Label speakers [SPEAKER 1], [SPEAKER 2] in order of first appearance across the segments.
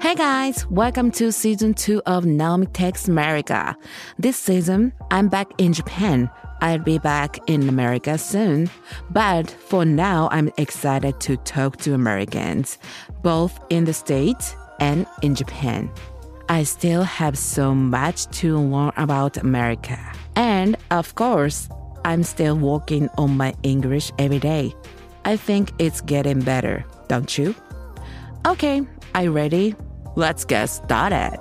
[SPEAKER 1] Hey guys, welcome to season 2 of Naomi Takes America. This season, I'm back in Japan. I'll be back in America soon. But for now, I'm excited to talk to Americans, both in the States and in Japan. I still have so much to learn about America. And of course, I'm still working on my English every day. I think it's getting better, don't you? Okay, are you ready? Let's get started.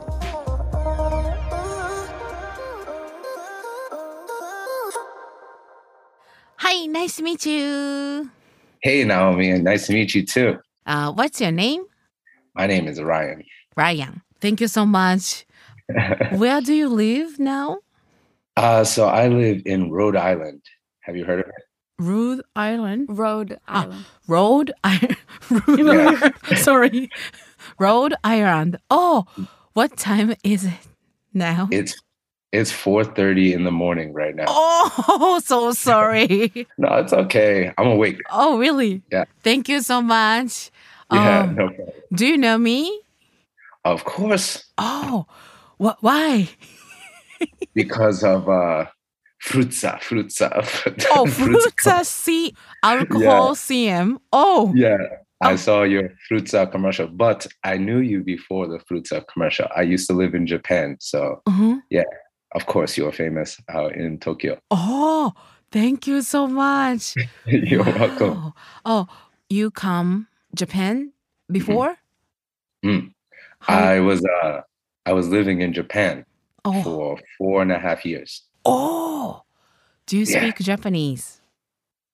[SPEAKER 1] Hi, nice to meet you.
[SPEAKER 2] Hey, Naomi, and nice to meet you too.
[SPEAKER 1] Uh, what's your name?
[SPEAKER 2] My name is Ryan.
[SPEAKER 1] Ryan. Thank you so much. Where do you live now?
[SPEAKER 2] Uh, so I live in Rhode Island. Have you heard of it?
[SPEAKER 1] Rhode Island.
[SPEAKER 3] Rhode
[SPEAKER 1] Ah.
[SPEAKER 3] Island.
[SPEAKER 1] Rhode Island. Rhode- Sorry. Rhode Island. Oh, what time is it now?
[SPEAKER 2] It's it's four thirty in the morning right now.
[SPEAKER 1] Oh, so sorry.
[SPEAKER 2] No, it's okay. I'm awake.
[SPEAKER 1] Oh, really?
[SPEAKER 2] Yeah.
[SPEAKER 1] Thank you so much.
[SPEAKER 2] Yeah,
[SPEAKER 1] Um,
[SPEAKER 2] no problem.
[SPEAKER 1] Do you know me?
[SPEAKER 2] Of course,
[SPEAKER 1] Oh, wh- why?
[SPEAKER 2] because of uh, Fruza, Fruza.
[SPEAKER 1] Oh,
[SPEAKER 2] Fruza.
[SPEAKER 1] Fruta C alcohol CM. Oh,
[SPEAKER 2] Yeah, I
[SPEAKER 1] Oh.
[SPEAKER 2] saw your Fruza commercial, but I knew you before the Fruza commercial. I used to live in Japan, so
[SPEAKER 1] mhm.
[SPEAKER 2] of course you were famous out in Tokyo.
[SPEAKER 1] oh, thank you so much.
[SPEAKER 2] You're welcome.
[SPEAKER 1] Wow. Oh, you come Japan before?
[SPEAKER 2] Mm.
[SPEAKER 1] How-
[SPEAKER 2] I was uh, I was living in Japan.
[SPEAKER 1] oh,
[SPEAKER 2] for four and a half years.
[SPEAKER 1] oh, do you
[SPEAKER 2] Yeah.
[SPEAKER 1] speak Japanese?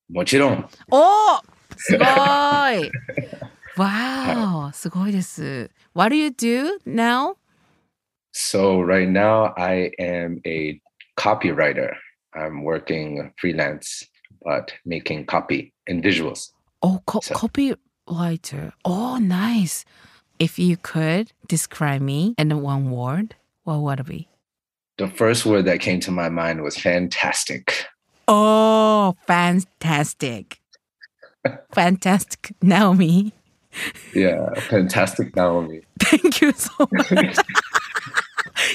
[SPEAKER 2] もちろん。
[SPEAKER 1] Oh, すごい Wow, すごいです。What do you do now?
[SPEAKER 2] So right now I am a copywriter. I'm working freelance, but making copy and visuals.
[SPEAKER 1] Oh, co-
[SPEAKER 2] So-
[SPEAKER 1] copywriter. Oh, nice. If you could describe me in one word, what would it be?
[SPEAKER 2] The first word that came to my mind was fantastic.
[SPEAKER 1] Oh, fantastic. fantastic, Naomi.
[SPEAKER 2] Yeah, fantastic Naomi.
[SPEAKER 1] Thank you so much.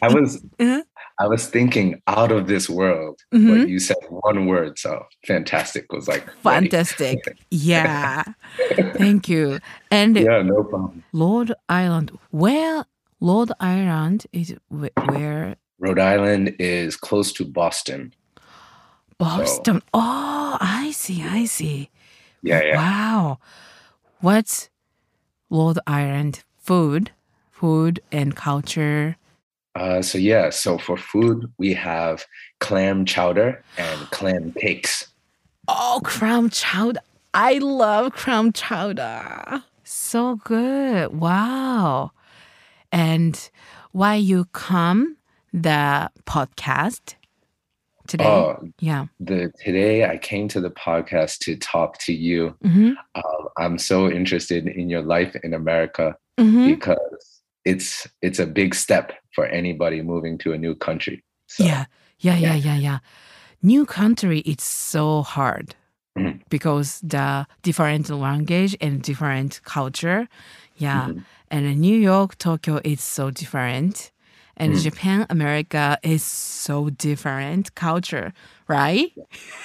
[SPEAKER 2] I was
[SPEAKER 1] Mhm.
[SPEAKER 2] I was thinking out of this world,
[SPEAKER 1] Mhm.
[SPEAKER 2] but you said one word, so fantastic was like ready.
[SPEAKER 1] Fantastic. Yeah. Thank you. And
[SPEAKER 2] Yeah, no problem.
[SPEAKER 1] Lord Island. Where Lord Island is wh- where
[SPEAKER 2] Rhode Island is close to Boston.
[SPEAKER 1] Boston. Oh, I see. I see.
[SPEAKER 2] Yeah, yeah.
[SPEAKER 1] Wow. What's Lord Island food? Food and culture.
[SPEAKER 2] Uh, so yeah, so for food we have clam chowder and clam cakes.
[SPEAKER 1] Oh, crumb chowder. I love crumb chowder. So good. Wow. And why you come the podcast today?
[SPEAKER 2] Oh,
[SPEAKER 1] Yeah.
[SPEAKER 2] the today I came to the podcast to talk to you.
[SPEAKER 1] hmm
[SPEAKER 2] Um, I'm so interested in your life in America
[SPEAKER 1] hmm
[SPEAKER 2] because it's it's a big step for anybody moving to a new country. So
[SPEAKER 1] yeah. yeah. Yeah. Yeah. Yeah. New country. It's so hard Mm-hmm.
[SPEAKER 2] Mhm.
[SPEAKER 1] because the different language and different culture. Yeah.
[SPEAKER 2] mhm.
[SPEAKER 1] and in New York, Tokyo is so different. And
[SPEAKER 2] Mm.
[SPEAKER 1] Japan, America is so different culture, right?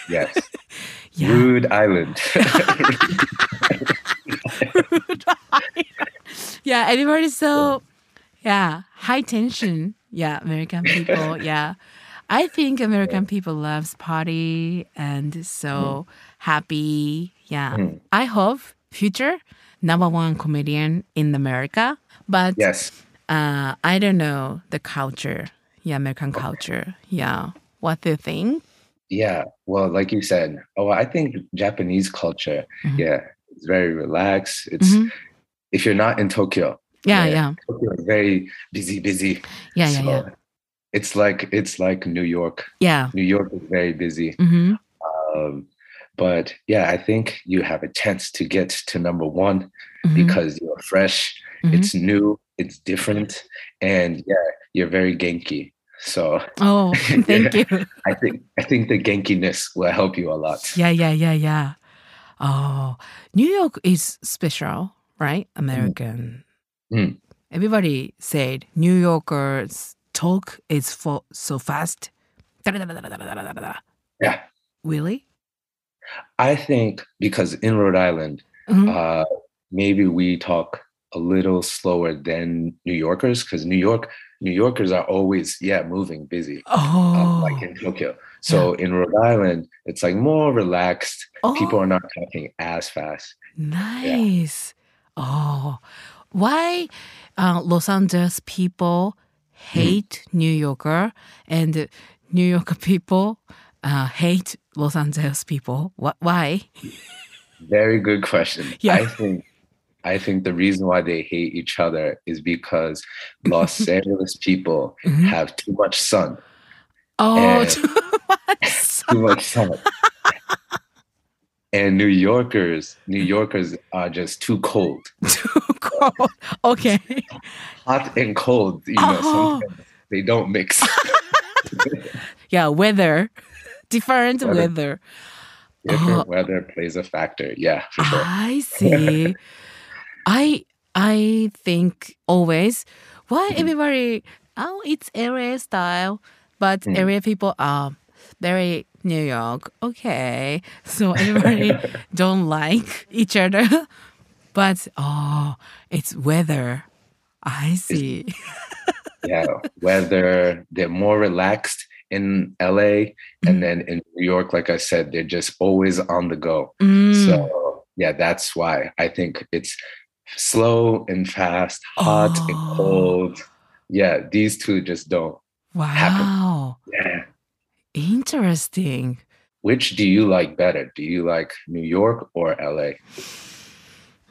[SPEAKER 2] yes,
[SPEAKER 1] Yeah.
[SPEAKER 2] Rhode Island.
[SPEAKER 1] yeah, everybody is so yeah, high tension. Yeah, American people, yeah. I think American people loves party and so happy. Yeah.
[SPEAKER 2] Mm.
[SPEAKER 1] I hope future number one comedian in America. But
[SPEAKER 2] yes,
[SPEAKER 1] uh, I don't know the culture, yeah, American culture, yeah. What do you think?
[SPEAKER 2] yeah. Well, like you said, oh, I think Japanese culture,
[SPEAKER 1] Mhm.
[SPEAKER 2] yeah, it's very relaxed. It's
[SPEAKER 1] Mhm.
[SPEAKER 2] if you're not in Tokyo,
[SPEAKER 1] Yeah,
[SPEAKER 2] yeah.
[SPEAKER 1] yeah,
[SPEAKER 2] Tokyo is very busy, busy.
[SPEAKER 1] yeah, yeah,
[SPEAKER 2] So
[SPEAKER 1] yeah,
[SPEAKER 2] It's like it's like New York.
[SPEAKER 1] yeah.
[SPEAKER 2] New York is very busy.
[SPEAKER 1] hmm
[SPEAKER 2] Um, but yeah, I think you have a chance to get to number one
[SPEAKER 1] Mm-hmm.
[SPEAKER 2] because you're fresh,
[SPEAKER 1] Mhm.
[SPEAKER 2] it's new, it's different, and yeah, you're very genki. So
[SPEAKER 1] oh, thank you.
[SPEAKER 2] I think I think the genkiness will help you a lot.
[SPEAKER 1] Yeah, yeah, yeah, yeah. Oh, New York is special, right? American
[SPEAKER 2] Mm.
[SPEAKER 1] everybody said New Yorkers talk is for so fast. Da-da-da-da-da-da-da-da-da.
[SPEAKER 2] Yeah.
[SPEAKER 1] Really?
[SPEAKER 2] I think because in Rhode Island,
[SPEAKER 1] Mhm.
[SPEAKER 2] uh, maybe we talk a little slower than New Yorkers because New York New Yorkers are always yeah moving busy um,
[SPEAKER 1] oh.
[SPEAKER 2] like in Tokyo. So in Rhode Island, it's like more relaxed.
[SPEAKER 1] oh,
[SPEAKER 2] People are not talking as fast.
[SPEAKER 1] nice. Oh, why uh, Los Angeles people
[SPEAKER 2] Hmm.
[SPEAKER 1] hate New Yorker and New Yorker people uh, hate Los Angeles people? Wh- why?
[SPEAKER 2] Very good question.
[SPEAKER 1] Yeah.
[SPEAKER 2] I think I think the reason why they hate each other is because Los Angeles people
[SPEAKER 1] Mhm.
[SPEAKER 2] have too much sun.
[SPEAKER 1] Oh,
[SPEAKER 2] Eh.
[SPEAKER 1] too much.
[SPEAKER 2] Too much sun. And New Yorkers, New Yorkers are just too cold.
[SPEAKER 1] too cold. Okay.
[SPEAKER 2] Hot and cold, you know,
[SPEAKER 1] Oh.
[SPEAKER 2] sometimes they don't mix.
[SPEAKER 1] Yeah, weather. Different
[SPEAKER 2] Weather.
[SPEAKER 1] weather. Oh.
[SPEAKER 2] Different weather plays a factor. Yeah, for sure.
[SPEAKER 1] I see. I I think always why
[SPEAKER 2] Mhm.
[SPEAKER 1] everybody oh it's LA style, but
[SPEAKER 2] Mm.
[SPEAKER 1] area people are very New York. Okay, so everybody don't like each other, but oh, it's weather. I see.
[SPEAKER 2] yeah, weather, they're more relaxed in LA.
[SPEAKER 1] Mhm.
[SPEAKER 2] And then in New York, like I said, they're just always on the go.
[SPEAKER 1] Mm.
[SPEAKER 2] So, yeah, that's why I think it's slow and fast, hot
[SPEAKER 1] Oh.
[SPEAKER 2] and cold. Yeah, these two just don't. happen.
[SPEAKER 1] wow,
[SPEAKER 2] Yeah.
[SPEAKER 1] interesting.
[SPEAKER 2] Which do you like better? Do you like New York or LA?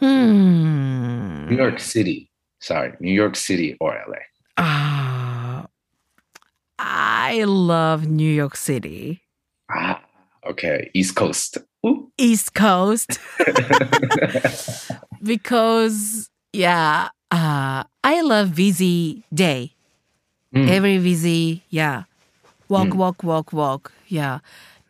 [SPEAKER 1] Hmm.
[SPEAKER 2] New York City. Sorry, New York City or LA.
[SPEAKER 1] Ah, I love New York City,
[SPEAKER 2] Ah, okay. East Coast. Ooh.
[SPEAKER 1] East Coast, because yeah, uh, I love busy day.
[SPEAKER 2] Mm.
[SPEAKER 1] Every busy, yeah, walk,
[SPEAKER 2] Mm.
[SPEAKER 1] walk, walk, walk, yeah.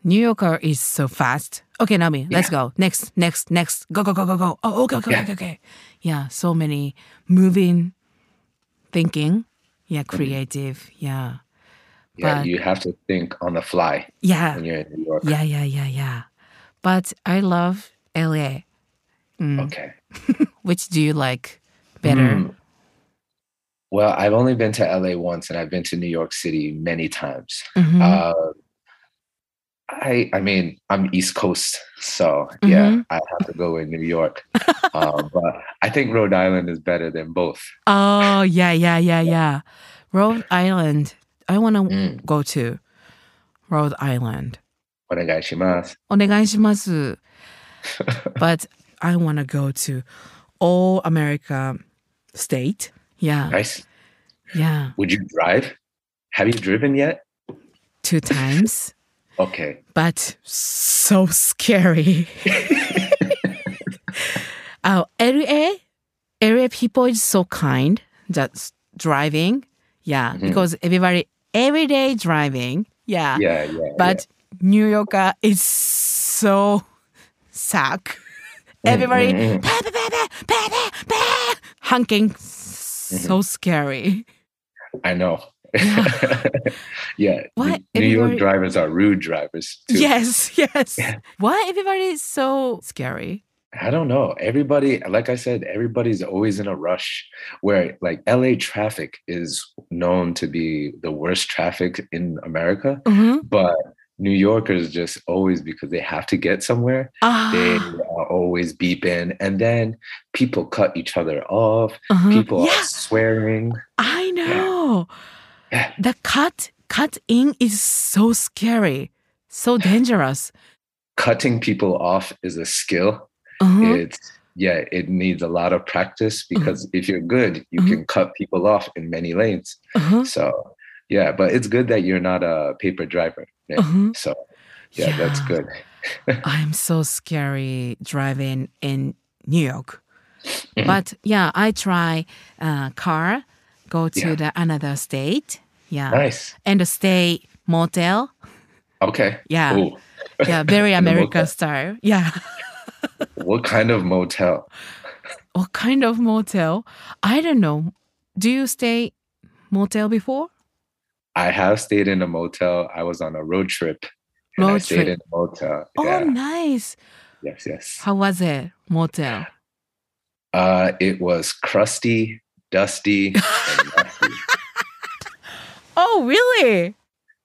[SPEAKER 1] New Yorker is so fast. Okay, Nami, let's go. Next, next, next. Go, go, go, go, go. Oh, okay, okay,
[SPEAKER 2] Yeah.
[SPEAKER 1] okay, okay. Yeah, so many moving, thinking, yeah,
[SPEAKER 2] Mm.
[SPEAKER 1] creative, yeah,
[SPEAKER 2] yeah,
[SPEAKER 1] but-
[SPEAKER 2] you have to think on the fly
[SPEAKER 1] yeah.
[SPEAKER 2] when you're in New York.
[SPEAKER 1] Yeah, yeah, yeah, yeah. But I love LA. Mm.
[SPEAKER 2] Okay.
[SPEAKER 1] Which do you like better?
[SPEAKER 2] Hmm. Well, I've only been to LA once and I've been to New York City many times.
[SPEAKER 1] Mhm.
[SPEAKER 2] Uh, I I mean, I'm East Coast, so yeah,
[SPEAKER 1] Mhm.
[SPEAKER 2] I have to go with New York. um, but I think Rhode Island is better than both.
[SPEAKER 1] oh, yeah, yeah, yeah, yeah. Rhode Island. I want to
[SPEAKER 2] Mm.
[SPEAKER 1] go to Rhode Island.
[SPEAKER 2] onegaishimasu.
[SPEAKER 1] お願いします. but I want to go to all America state. Yeah,
[SPEAKER 2] Nice.
[SPEAKER 1] yeah.
[SPEAKER 2] Would you drive? Have you driven yet?
[SPEAKER 1] Two times.
[SPEAKER 2] Okay.
[SPEAKER 1] but so scary. oh, LA, LA people is so kind. Just driving, yeah,
[SPEAKER 2] Mhm.
[SPEAKER 1] because everybody every day driving, yeah.
[SPEAKER 2] Yeah, yeah.
[SPEAKER 1] Ah, but New Yorker is so suck.
[SPEAKER 2] yeah. Mm,
[SPEAKER 1] everybody-
[SPEAKER 2] mm, mm.
[SPEAKER 1] Bah, bah, bah, bah, bah, bah, bah. Honking, so scary.
[SPEAKER 2] I know.
[SPEAKER 1] Yeah.
[SPEAKER 2] yeah.
[SPEAKER 1] Why
[SPEAKER 2] New New York
[SPEAKER 1] everybody-
[SPEAKER 2] drivers are rude drivers too.
[SPEAKER 1] Yes, yes.
[SPEAKER 2] Yeah.
[SPEAKER 1] Why everybody is so scary?
[SPEAKER 2] I don't know. Everybody, like I said, everybody's always in a rush. Where like LA traffic is known to be the worst traffic in America,
[SPEAKER 1] Mm-hmm.
[SPEAKER 2] but New Yorkers just always because they have to get somewhere, they
[SPEAKER 1] Ah,
[SPEAKER 2] are always beeping, and then people cut each other off.
[SPEAKER 1] uh-huh.
[SPEAKER 2] People
[SPEAKER 1] Yeah.
[SPEAKER 2] are swearing.
[SPEAKER 1] I know.
[SPEAKER 2] Yeah.
[SPEAKER 1] The cut cut in is so scary, so dangerous.
[SPEAKER 2] Cutting people off is a skill.
[SPEAKER 1] Uh-huh.
[SPEAKER 2] It's yeah, it needs a lot of practice
[SPEAKER 1] Mm-hmm.
[SPEAKER 2] because if you're good, you
[SPEAKER 1] Mhm.
[SPEAKER 2] can cut people off in many lanes.
[SPEAKER 1] Uh-huh.
[SPEAKER 2] So yeah, but it's good that you're not a paper driver. Yeah.
[SPEAKER 1] Uh-huh.
[SPEAKER 2] So yeah, that's
[SPEAKER 1] Yeah.
[SPEAKER 2] good.
[SPEAKER 1] I'm so scary driving in New York.
[SPEAKER 2] Mhm.
[SPEAKER 1] But yeah, I try uh, car, go to
[SPEAKER 2] Yeah.
[SPEAKER 1] the another state. Yeah.
[SPEAKER 2] Nice.
[SPEAKER 1] And stay motel.
[SPEAKER 2] Okay.
[SPEAKER 1] Yeah.
[SPEAKER 2] Ooh,
[SPEAKER 1] Yeah, very
[SPEAKER 2] In the
[SPEAKER 1] American
[SPEAKER 2] motel.
[SPEAKER 1] style. Yeah.
[SPEAKER 2] what kind of motel?
[SPEAKER 1] what kind of motel? I don't know. Do you stay motel before?
[SPEAKER 2] I have stayed in a motel. I was on a road trip. And I
[SPEAKER 1] Road
[SPEAKER 2] stayed
[SPEAKER 1] trip.
[SPEAKER 2] in a motel.
[SPEAKER 1] Oh,
[SPEAKER 2] yeah.
[SPEAKER 1] nice.
[SPEAKER 2] Yes, yes.
[SPEAKER 1] How was it? Motel.
[SPEAKER 2] Uh, it was crusty, dusty, and nasty.
[SPEAKER 1] Oh, really?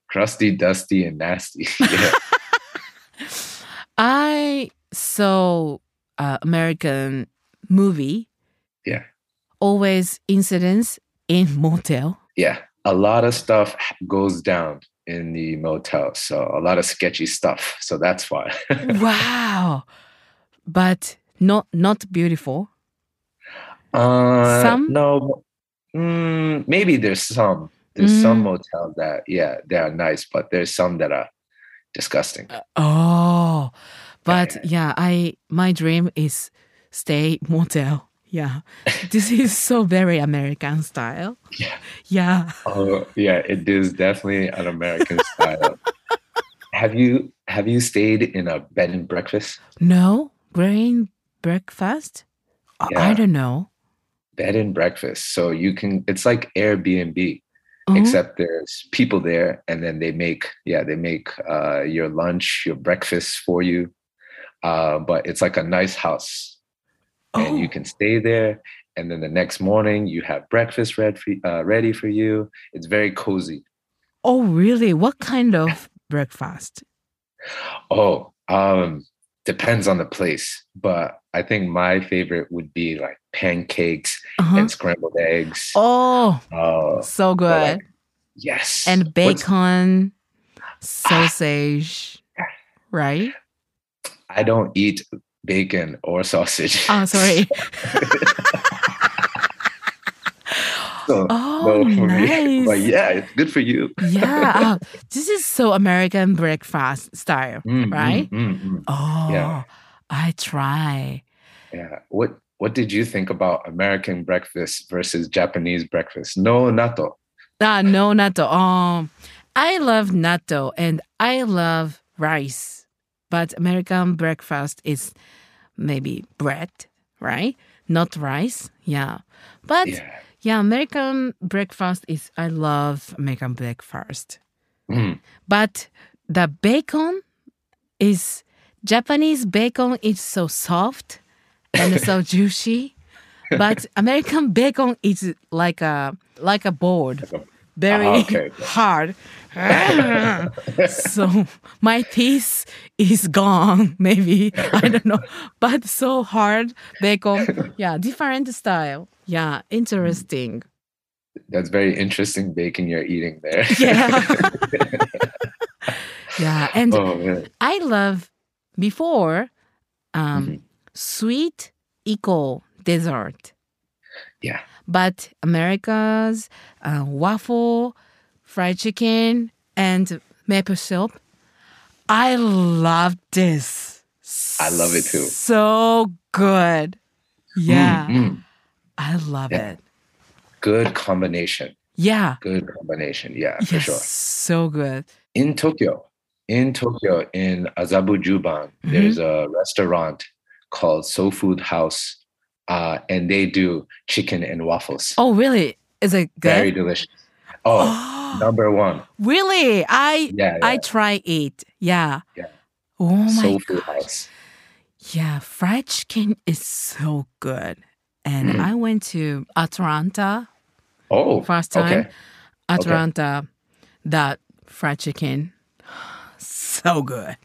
[SPEAKER 2] crusty, dusty, and nasty. Yeah.
[SPEAKER 1] I saw uh, American movie.
[SPEAKER 2] Yeah.
[SPEAKER 1] Always incidents in motel.
[SPEAKER 2] yeah. A lot of stuff goes down in the motel. So a lot of sketchy stuff. So that's why.
[SPEAKER 1] wow. But not not beautiful.
[SPEAKER 2] Uh,
[SPEAKER 1] Some?
[SPEAKER 2] No. Mm, maybe there's some. There's some
[SPEAKER 1] Mm.
[SPEAKER 2] motels that, yeah, they are nice, but there's some that are disgusting.
[SPEAKER 1] Oh. But
[SPEAKER 2] Yeah.
[SPEAKER 1] yeah, I my dream is stay motel. Yeah. this is so very American style.
[SPEAKER 2] Yeah.
[SPEAKER 1] Yeah.
[SPEAKER 2] Oh yeah, it is definitely an American style. have you have you stayed in a bed and breakfast?
[SPEAKER 1] No green breakfast? I- I
[SPEAKER 2] Yeah.
[SPEAKER 1] don't know.
[SPEAKER 2] Bed and breakfast. So you can it's like Airbnb,
[SPEAKER 1] Mhm.
[SPEAKER 2] except there's people there and then they make yeah, they make uh your lunch, your breakfast for you. Uh, but it's like a nice house. And you
[SPEAKER 1] Oh.
[SPEAKER 2] can stay there and then the next morning you have breakfast ready for, uh, ready for you. It's very cozy.
[SPEAKER 1] Oh, really? What kind of breakfast?
[SPEAKER 2] Oh, um, depends on the place, but I think my favorite would be like pancakes
[SPEAKER 1] Uh-huh.
[SPEAKER 2] and scrambled eggs.
[SPEAKER 1] Oh,
[SPEAKER 2] Oh,
[SPEAKER 1] so good.
[SPEAKER 2] well, like, yes.
[SPEAKER 1] and
[SPEAKER 2] What's-
[SPEAKER 1] bacon, sausage, right?
[SPEAKER 2] I don't eat bacon or sausage.
[SPEAKER 1] Oh, sorry.
[SPEAKER 2] So,
[SPEAKER 1] Oh,
[SPEAKER 2] no for me.
[SPEAKER 1] nice.
[SPEAKER 2] But yeah, it's good for you.
[SPEAKER 1] yeah. uh, this is so American breakfast style,
[SPEAKER 2] Mm, mm,
[SPEAKER 1] right?
[SPEAKER 2] mm, mm.
[SPEAKER 1] Oh, I try.
[SPEAKER 2] Yeah. What What did you think about American breakfast versus Japanese breakfast? No natto.
[SPEAKER 1] Ah, no natto. Um, I love natto and I love rice, but American breakfast is maybe bread, right? Not rice. Yeah, but yeah,
[SPEAKER 2] Yeah.
[SPEAKER 1] American breakfast is. I love American breakfast,
[SPEAKER 2] Mm.
[SPEAKER 1] but the bacon is Japanese bacon is so soft and so juicy, but American bacon is like a like a board very
[SPEAKER 2] Ah, okay.
[SPEAKER 1] hard. so my piece is gone, maybe. I don't know. But so hard, bacon. Yeah, different style. Yeah, interesting.
[SPEAKER 2] That's very interesting bacon you're eating there.
[SPEAKER 1] Yeah. yeah, and
[SPEAKER 2] oh man.
[SPEAKER 1] I love before um,
[SPEAKER 2] Mhm.
[SPEAKER 1] sweet equal dessert.
[SPEAKER 2] Yeah.
[SPEAKER 1] But America's uh, waffle, fried chicken, and maple syrup. I love this.
[SPEAKER 2] I love it too.
[SPEAKER 1] So good. Yeah,
[SPEAKER 2] Mm, mm.
[SPEAKER 1] I love
[SPEAKER 2] Yeah.
[SPEAKER 1] it.
[SPEAKER 2] good combination.
[SPEAKER 1] Yeah.
[SPEAKER 2] Good combination. Yeah, for
[SPEAKER 1] Yes,
[SPEAKER 2] sure.
[SPEAKER 1] so good.
[SPEAKER 2] In Tokyo, in Tokyo, in Azabujuban,
[SPEAKER 1] Mm-hmm.
[SPEAKER 2] there's a restaurant called Soul Food House, uh, and they do chicken and waffles.
[SPEAKER 1] Oh, really? Is it good?
[SPEAKER 2] Very delicious. Oh,
[SPEAKER 1] Oh,
[SPEAKER 2] number one.
[SPEAKER 1] really? I
[SPEAKER 2] Yeah, yeah.
[SPEAKER 1] I try it. Yeah.
[SPEAKER 2] Yeah.
[SPEAKER 1] Oh my
[SPEAKER 2] Soul Food
[SPEAKER 1] gosh.
[SPEAKER 2] House.
[SPEAKER 1] Yeah, fried chicken is so good. And
[SPEAKER 2] Mhm.
[SPEAKER 1] I went to Atlanta
[SPEAKER 2] Oh,
[SPEAKER 1] first time.
[SPEAKER 2] Okay.
[SPEAKER 1] Atlanta, that fried chicken, so good.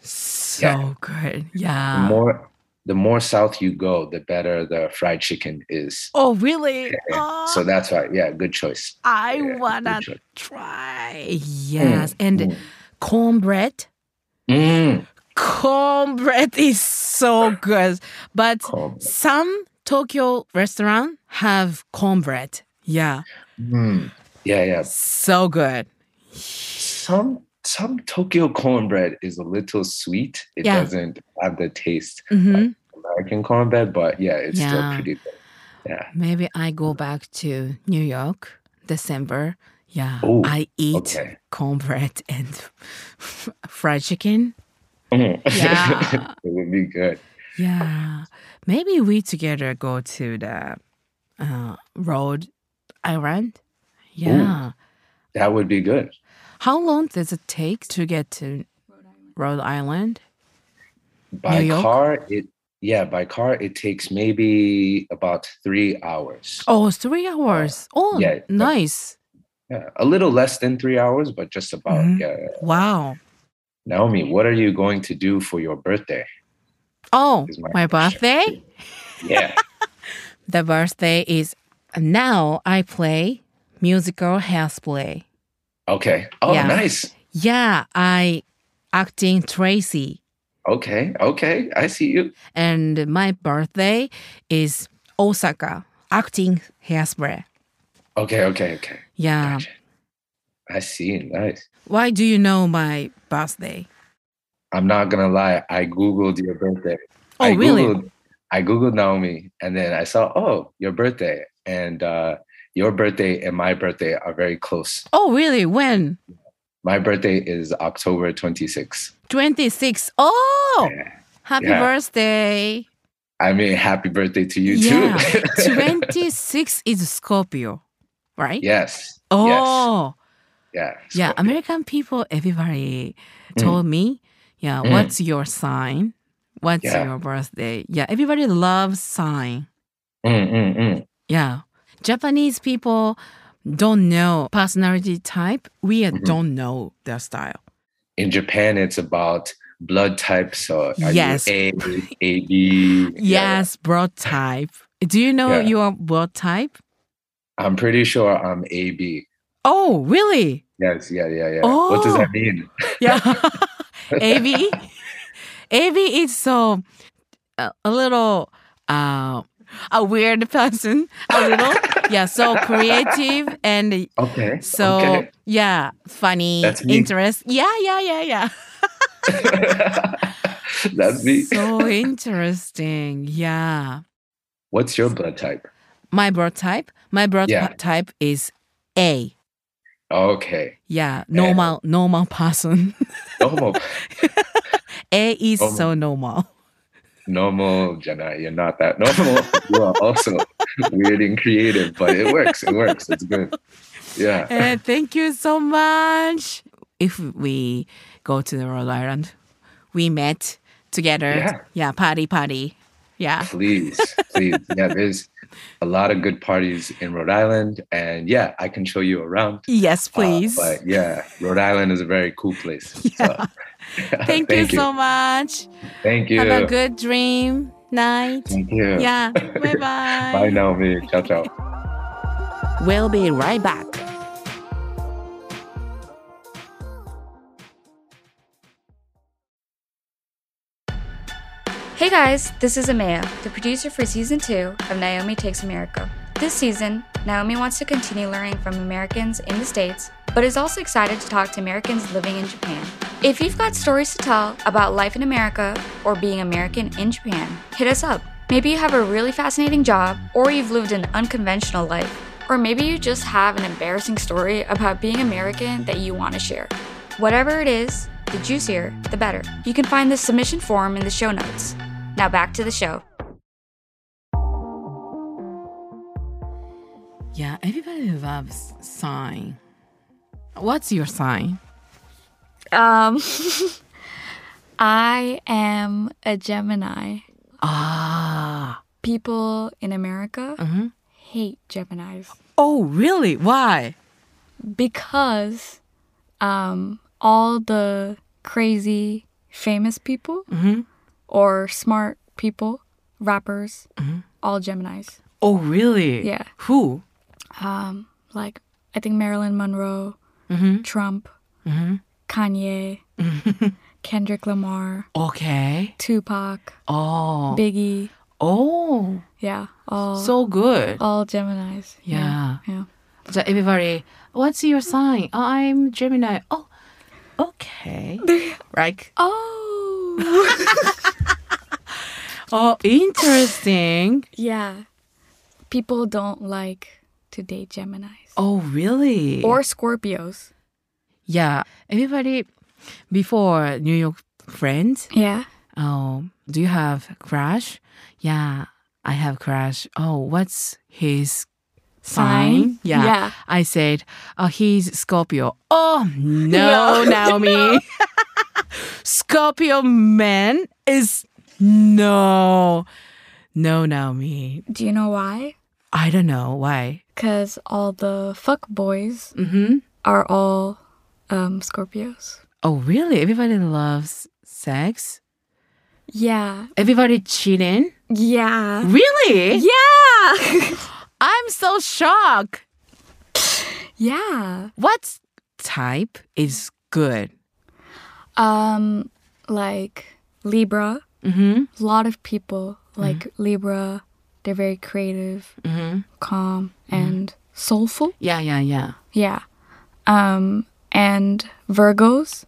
[SPEAKER 1] so good.
[SPEAKER 2] The
[SPEAKER 1] Yeah.
[SPEAKER 2] more the more south you go, the better the fried chicken is.
[SPEAKER 1] oh, really?
[SPEAKER 2] Yeah,
[SPEAKER 1] Oh,
[SPEAKER 2] So that's why, yeah, good choice.
[SPEAKER 1] I
[SPEAKER 2] yeah, good
[SPEAKER 1] wanna
[SPEAKER 2] choice.
[SPEAKER 1] try. Yes. And
[SPEAKER 2] mm.
[SPEAKER 1] cornbread.
[SPEAKER 2] Mm.
[SPEAKER 1] Cornbread is so good. But
[SPEAKER 2] Cornbread.
[SPEAKER 1] some Tokyo restaurant have cornbread. Yeah.
[SPEAKER 2] Mm. Yeah, yeah.
[SPEAKER 1] So good.
[SPEAKER 2] some some Tokyo cornbread is a little sweet. It
[SPEAKER 1] Yeah.
[SPEAKER 2] doesn't have the taste
[SPEAKER 1] hmm
[SPEAKER 2] of American cornbread, but yeah, it's
[SPEAKER 1] Yeah.
[SPEAKER 2] still pretty good. Yeah.
[SPEAKER 1] Maybe I go back to New York December. Yeah,
[SPEAKER 2] Oh,
[SPEAKER 1] I eat
[SPEAKER 2] okay.
[SPEAKER 1] cornbread and fried chicken.
[SPEAKER 2] Mm.
[SPEAKER 1] Yeah.
[SPEAKER 2] it would be good.
[SPEAKER 1] Yeah, maybe we together go to the uh, road island. Yeah.
[SPEAKER 2] That would be good.
[SPEAKER 1] How long does it take to get to Rhode Island?
[SPEAKER 2] By
[SPEAKER 1] New York?
[SPEAKER 2] car, it yeah, by car it takes maybe about three hours.
[SPEAKER 1] Oh, three hours. Oh,
[SPEAKER 2] yeah, that-
[SPEAKER 1] nice.
[SPEAKER 2] Yeah, a little less than three hours, but just about.
[SPEAKER 1] Mhm.
[SPEAKER 2] Yeah.
[SPEAKER 1] Wow.
[SPEAKER 2] Naomi, what are you going to do for your birthday?
[SPEAKER 1] Oh,
[SPEAKER 2] Is my
[SPEAKER 1] my
[SPEAKER 2] question.
[SPEAKER 1] birthday?
[SPEAKER 2] Yeah.
[SPEAKER 1] The birthday is now I play musical hairspray.
[SPEAKER 2] okay. Oh,
[SPEAKER 1] Yeah.
[SPEAKER 2] nice.
[SPEAKER 1] Yeah, I acting Tracy.
[SPEAKER 2] Okay. Okay. I see you.
[SPEAKER 1] And my birthday is Osaka, acting hairspray.
[SPEAKER 2] Okay. Okay. Okay.
[SPEAKER 1] Yeah.
[SPEAKER 2] Gotcha. I see. Nice.
[SPEAKER 1] Why do you know my birthday?
[SPEAKER 2] I'm not gonna lie. I googled your birthday.
[SPEAKER 1] Oh,
[SPEAKER 2] I
[SPEAKER 1] really?
[SPEAKER 2] Googled, I googled Naomi, and then I saw, oh, your birthday, and uh, your birthday and my birthday are very close.
[SPEAKER 1] Oh, really? When?
[SPEAKER 2] My birthday is October 26th.
[SPEAKER 1] 26. Oh,
[SPEAKER 2] Yeah.
[SPEAKER 1] happy
[SPEAKER 2] Yeah.
[SPEAKER 1] birthday.
[SPEAKER 2] I mean, happy birthday to you too.
[SPEAKER 1] 26 is Scorpio, right?
[SPEAKER 2] yes.
[SPEAKER 1] Oh,
[SPEAKER 2] Yeah.
[SPEAKER 1] yeah.
[SPEAKER 2] Scorpio.
[SPEAKER 1] American people, everybody
[SPEAKER 2] Mm.
[SPEAKER 1] told me, yeah,
[SPEAKER 2] Mm.
[SPEAKER 1] what's your sign? What's
[SPEAKER 2] Yeah.
[SPEAKER 1] your birthday? Yeah, everybody loves sign.
[SPEAKER 2] Mm, mm, mm.
[SPEAKER 1] Yeah. Japanese people don't know personality type. We uh,
[SPEAKER 2] Mhm.
[SPEAKER 1] don't know their style.
[SPEAKER 2] In Japan, it's about blood type. So are
[SPEAKER 1] Yes.
[SPEAKER 2] you A, A, B? Yeah.
[SPEAKER 1] Yes, broad type. Do you know
[SPEAKER 2] Yeah.
[SPEAKER 1] your broad type?
[SPEAKER 2] I'm pretty sure I'm A, B.
[SPEAKER 1] Oh, really?
[SPEAKER 2] Yes. Yeah. Yeah. Yeah. What does
[SPEAKER 1] Oh.
[SPEAKER 2] that mean?
[SPEAKER 1] Yeah. AB. AB is so uh, a little uh, a weird person, a little. Yeah, so creative and
[SPEAKER 2] Okay.
[SPEAKER 1] so
[SPEAKER 2] okay.
[SPEAKER 1] yeah, funny,
[SPEAKER 2] That's me.
[SPEAKER 1] interest. Yeah, yeah, yeah, yeah.
[SPEAKER 2] That's me.
[SPEAKER 1] So interesting. Yeah.
[SPEAKER 2] What's your blood type?
[SPEAKER 1] My birth type, my birth
[SPEAKER 2] Yeah.
[SPEAKER 1] type is A.
[SPEAKER 2] Okay.
[SPEAKER 1] Yeah, normal normal person.
[SPEAKER 2] Normal.
[SPEAKER 1] A is
[SPEAKER 2] Normal.
[SPEAKER 1] so normal.
[SPEAKER 2] normal, Jenna. You're not that normal. you are also weird and creative, but it works. It works. It's good. Yeah.
[SPEAKER 1] Eh, thank you so much. If we go to the Rhode Island, we met together.
[SPEAKER 2] Yeah.
[SPEAKER 1] party, party. Yeah.
[SPEAKER 2] Please, please. Yeah, there's a lot of good parties in Rhode Island. And yeah, I can show you around.
[SPEAKER 1] Yes,
[SPEAKER 2] Uh,
[SPEAKER 1] please.
[SPEAKER 2] but yeah, Rhode Island is a very cool place.
[SPEAKER 1] Yeah. thank, you, so much.
[SPEAKER 2] Thank you.
[SPEAKER 1] Have a good dream night.
[SPEAKER 2] Thank you.
[SPEAKER 1] Yeah. Bye-bye.
[SPEAKER 2] Bye, Naomi. Ciao, ciao.
[SPEAKER 4] We'll be right back.
[SPEAKER 3] Hey guys, this is Amaya, the producer for season two of Naomi Takes America. This season, Naomi wants to continue learning from Americans in the States, but is also excited to talk to Americans living in Japan. If you've got stories to tell about life in America or being American in Japan, hit us up. Maybe you have a really fascinating job, or you've lived an unconventional life, or maybe you just have an embarrassing story about being American that you want to share. Whatever it is, the juicier, the better. You can find the submission form in the show notes. Now back to the show.
[SPEAKER 1] Yeah, everybody loves sign. What's your sign?
[SPEAKER 3] Um, I am a Gemini.
[SPEAKER 1] Ah.
[SPEAKER 3] People in America
[SPEAKER 1] Mhm.
[SPEAKER 3] hate Geminis
[SPEAKER 1] Oh, really? Why?
[SPEAKER 3] because um, all the crazy famous people
[SPEAKER 1] Mhm.
[SPEAKER 3] or smart people, rappers, all Geminis.
[SPEAKER 1] Oh, really?
[SPEAKER 3] Yeah.
[SPEAKER 1] Who?
[SPEAKER 3] Um, like I think Marilyn Monroe,
[SPEAKER 1] Mhm.
[SPEAKER 3] Trump, Kanye, Kendrick Lamar,
[SPEAKER 1] Okay.
[SPEAKER 3] Tupac,
[SPEAKER 1] Oh.
[SPEAKER 3] Biggie.
[SPEAKER 1] Oh.
[SPEAKER 3] Yeah, all
[SPEAKER 1] So good.
[SPEAKER 3] all Gemini's.
[SPEAKER 1] Yeah.
[SPEAKER 3] yeah.
[SPEAKER 1] Oh. Mm. So everybody, what's your sign? Oh, I'm Gemini. Oh, okay. like,
[SPEAKER 3] Oh.
[SPEAKER 1] oh, interesting.
[SPEAKER 3] yeah. People don't like to date Gemini's
[SPEAKER 1] oh, really?
[SPEAKER 3] or Scorpios.
[SPEAKER 1] yeah, everybody. Before New York friends,
[SPEAKER 3] Yeah.
[SPEAKER 1] oh, do you have crush? Yeah, I have crush. Oh, what's his sign?
[SPEAKER 3] Sign?
[SPEAKER 1] Yeah.
[SPEAKER 3] Yeah.
[SPEAKER 1] I said, oh, he's Scorpio. Oh, no, Naomi. Scorpio man is no. No, Naomi.
[SPEAKER 3] Do you know why?
[SPEAKER 1] I don't know why.
[SPEAKER 3] Because all the fuck boys
[SPEAKER 1] Mm-hmm.
[SPEAKER 3] are all um, Scorpios.
[SPEAKER 1] Oh, really? Everybody loves sex?
[SPEAKER 3] Yeah.
[SPEAKER 1] Everybody cheating?
[SPEAKER 3] Yeah.
[SPEAKER 1] Really?
[SPEAKER 3] Yeah.
[SPEAKER 1] I'm so shocked.
[SPEAKER 3] yeah.
[SPEAKER 1] What type is good?
[SPEAKER 3] Um, like Libra.
[SPEAKER 1] Mm-hmm.
[SPEAKER 3] A lot of people like Libra. They're very creative,
[SPEAKER 1] Mm-hmm.
[SPEAKER 3] calm, and soulful.
[SPEAKER 1] Yeah, yeah, yeah.
[SPEAKER 3] Yeah. Um, and Virgos.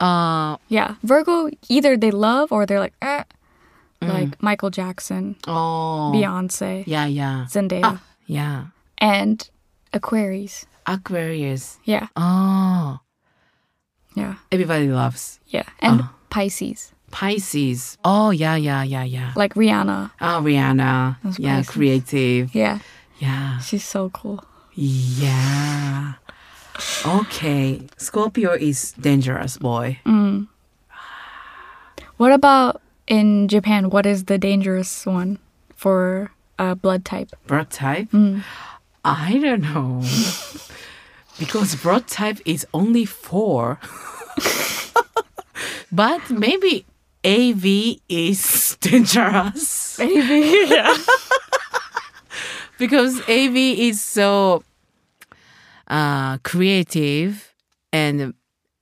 [SPEAKER 1] Uh
[SPEAKER 3] Yeah. Virgo, either they love or they're like, eh. Like Michael Jackson,
[SPEAKER 1] oh.
[SPEAKER 3] Beyonce,
[SPEAKER 1] Yeah, yeah.
[SPEAKER 3] Zendaya,
[SPEAKER 1] Yeah.
[SPEAKER 3] and Aquarius.
[SPEAKER 1] Aquarius.
[SPEAKER 3] Yeah.
[SPEAKER 1] Oh.
[SPEAKER 3] Yeah.
[SPEAKER 1] Everybody loves
[SPEAKER 3] Yeah. And Pisces.
[SPEAKER 1] Pisces. Oh, yeah, yeah, yeah, yeah.
[SPEAKER 3] Like Rihanna.
[SPEAKER 1] Oh, Rihanna.
[SPEAKER 3] Those
[SPEAKER 1] yeah,
[SPEAKER 3] Pisces.
[SPEAKER 1] creative.
[SPEAKER 3] Yeah.
[SPEAKER 1] Yeah.
[SPEAKER 3] She's so cool.
[SPEAKER 1] Yeah. Okay. Scorpio is dangerous boy.
[SPEAKER 3] What about in Japan? What is the dangerous one for uh, blood type?
[SPEAKER 1] Broad type? I don't know. because broad type is only four. but maybe AV is dangerous. AV, yeah. because AV is so uh, creative and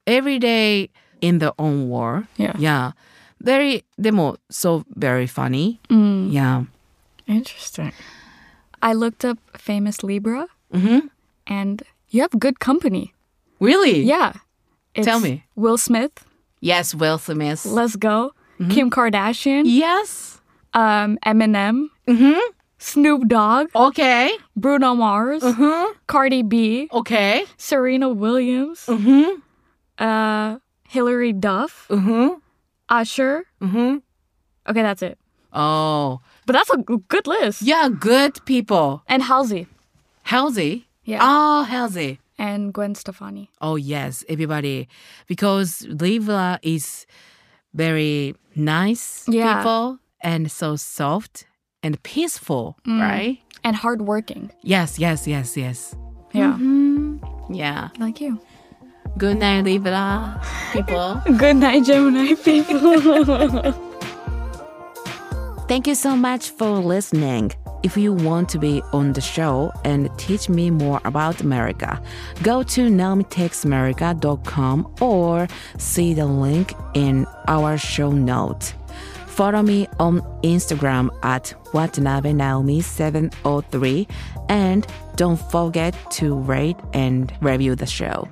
[SPEAKER 1] every day in their own world.
[SPEAKER 3] Yeah.
[SPEAKER 1] Yeah. Very, demo, so very funny.
[SPEAKER 3] Mm.
[SPEAKER 1] Yeah.
[SPEAKER 3] Interesting. I looked up famous Libra
[SPEAKER 1] Mhm.
[SPEAKER 3] and you have good company.
[SPEAKER 1] Really?
[SPEAKER 3] Yeah. It's
[SPEAKER 1] Tell me.
[SPEAKER 3] Will Smith,
[SPEAKER 1] Yes, Will Smith.
[SPEAKER 3] Let's Go,
[SPEAKER 1] Mm-hmm.
[SPEAKER 3] Kim Kardashian,
[SPEAKER 1] Yes.
[SPEAKER 3] um, Eminem,
[SPEAKER 1] Mm-hmm.
[SPEAKER 3] Snoop Dogg,
[SPEAKER 1] Okay.
[SPEAKER 3] Bruno Mars,
[SPEAKER 1] Mm-hmm.
[SPEAKER 3] Cardi B,
[SPEAKER 1] Okay.
[SPEAKER 3] Serena Williams,
[SPEAKER 1] Mm-hmm.
[SPEAKER 3] uh, Hilary Duff,
[SPEAKER 1] Mm-hmm.
[SPEAKER 3] Usher.
[SPEAKER 1] Mm-hmm.
[SPEAKER 3] Okay, that's it.
[SPEAKER 1] Oh.
[SPEAKER 3] But that's a g- good list.
[SPEAKER 1] Yeah, good people.
[SPEAKER 3] And Halsey.
[SPEAKER 1] Healthy.
[SPEAKER 3] Yeah.
[SPEAKER 1] Oh, healthy.
[SPEAKER 3] and Gwen Stefani.
[SPEAKER 1] Oh, yes, everybody. Because Libra is very nice
[SPEAKER 3] Yeah.
[SPEAKER 1] people and so soft and peaceful,
[SPEAKER 3] Mm.
[SPEAKER 1] right?
[SPEAKER 3] And hardworking.
[SPEAKER 1] Yes, yes, yes, yes.
[SPEAKER 3] Yeah.
[SPEAKER 1] Hmm. Yeah.
[SPEAKER 3] Like you.
[SPEAKER 1] Good night, Libra people.
[SPEAKER 3] Good night, Gemini people.
[SPEAKER 5] Thank you so much for listening. If you want to be on the show and teach me more about America, go to naomitexamerica.com or see the link in our show notes. Follow me on Instagram at Watanabe oh Naomi 703 and don't forget to rate and review the show.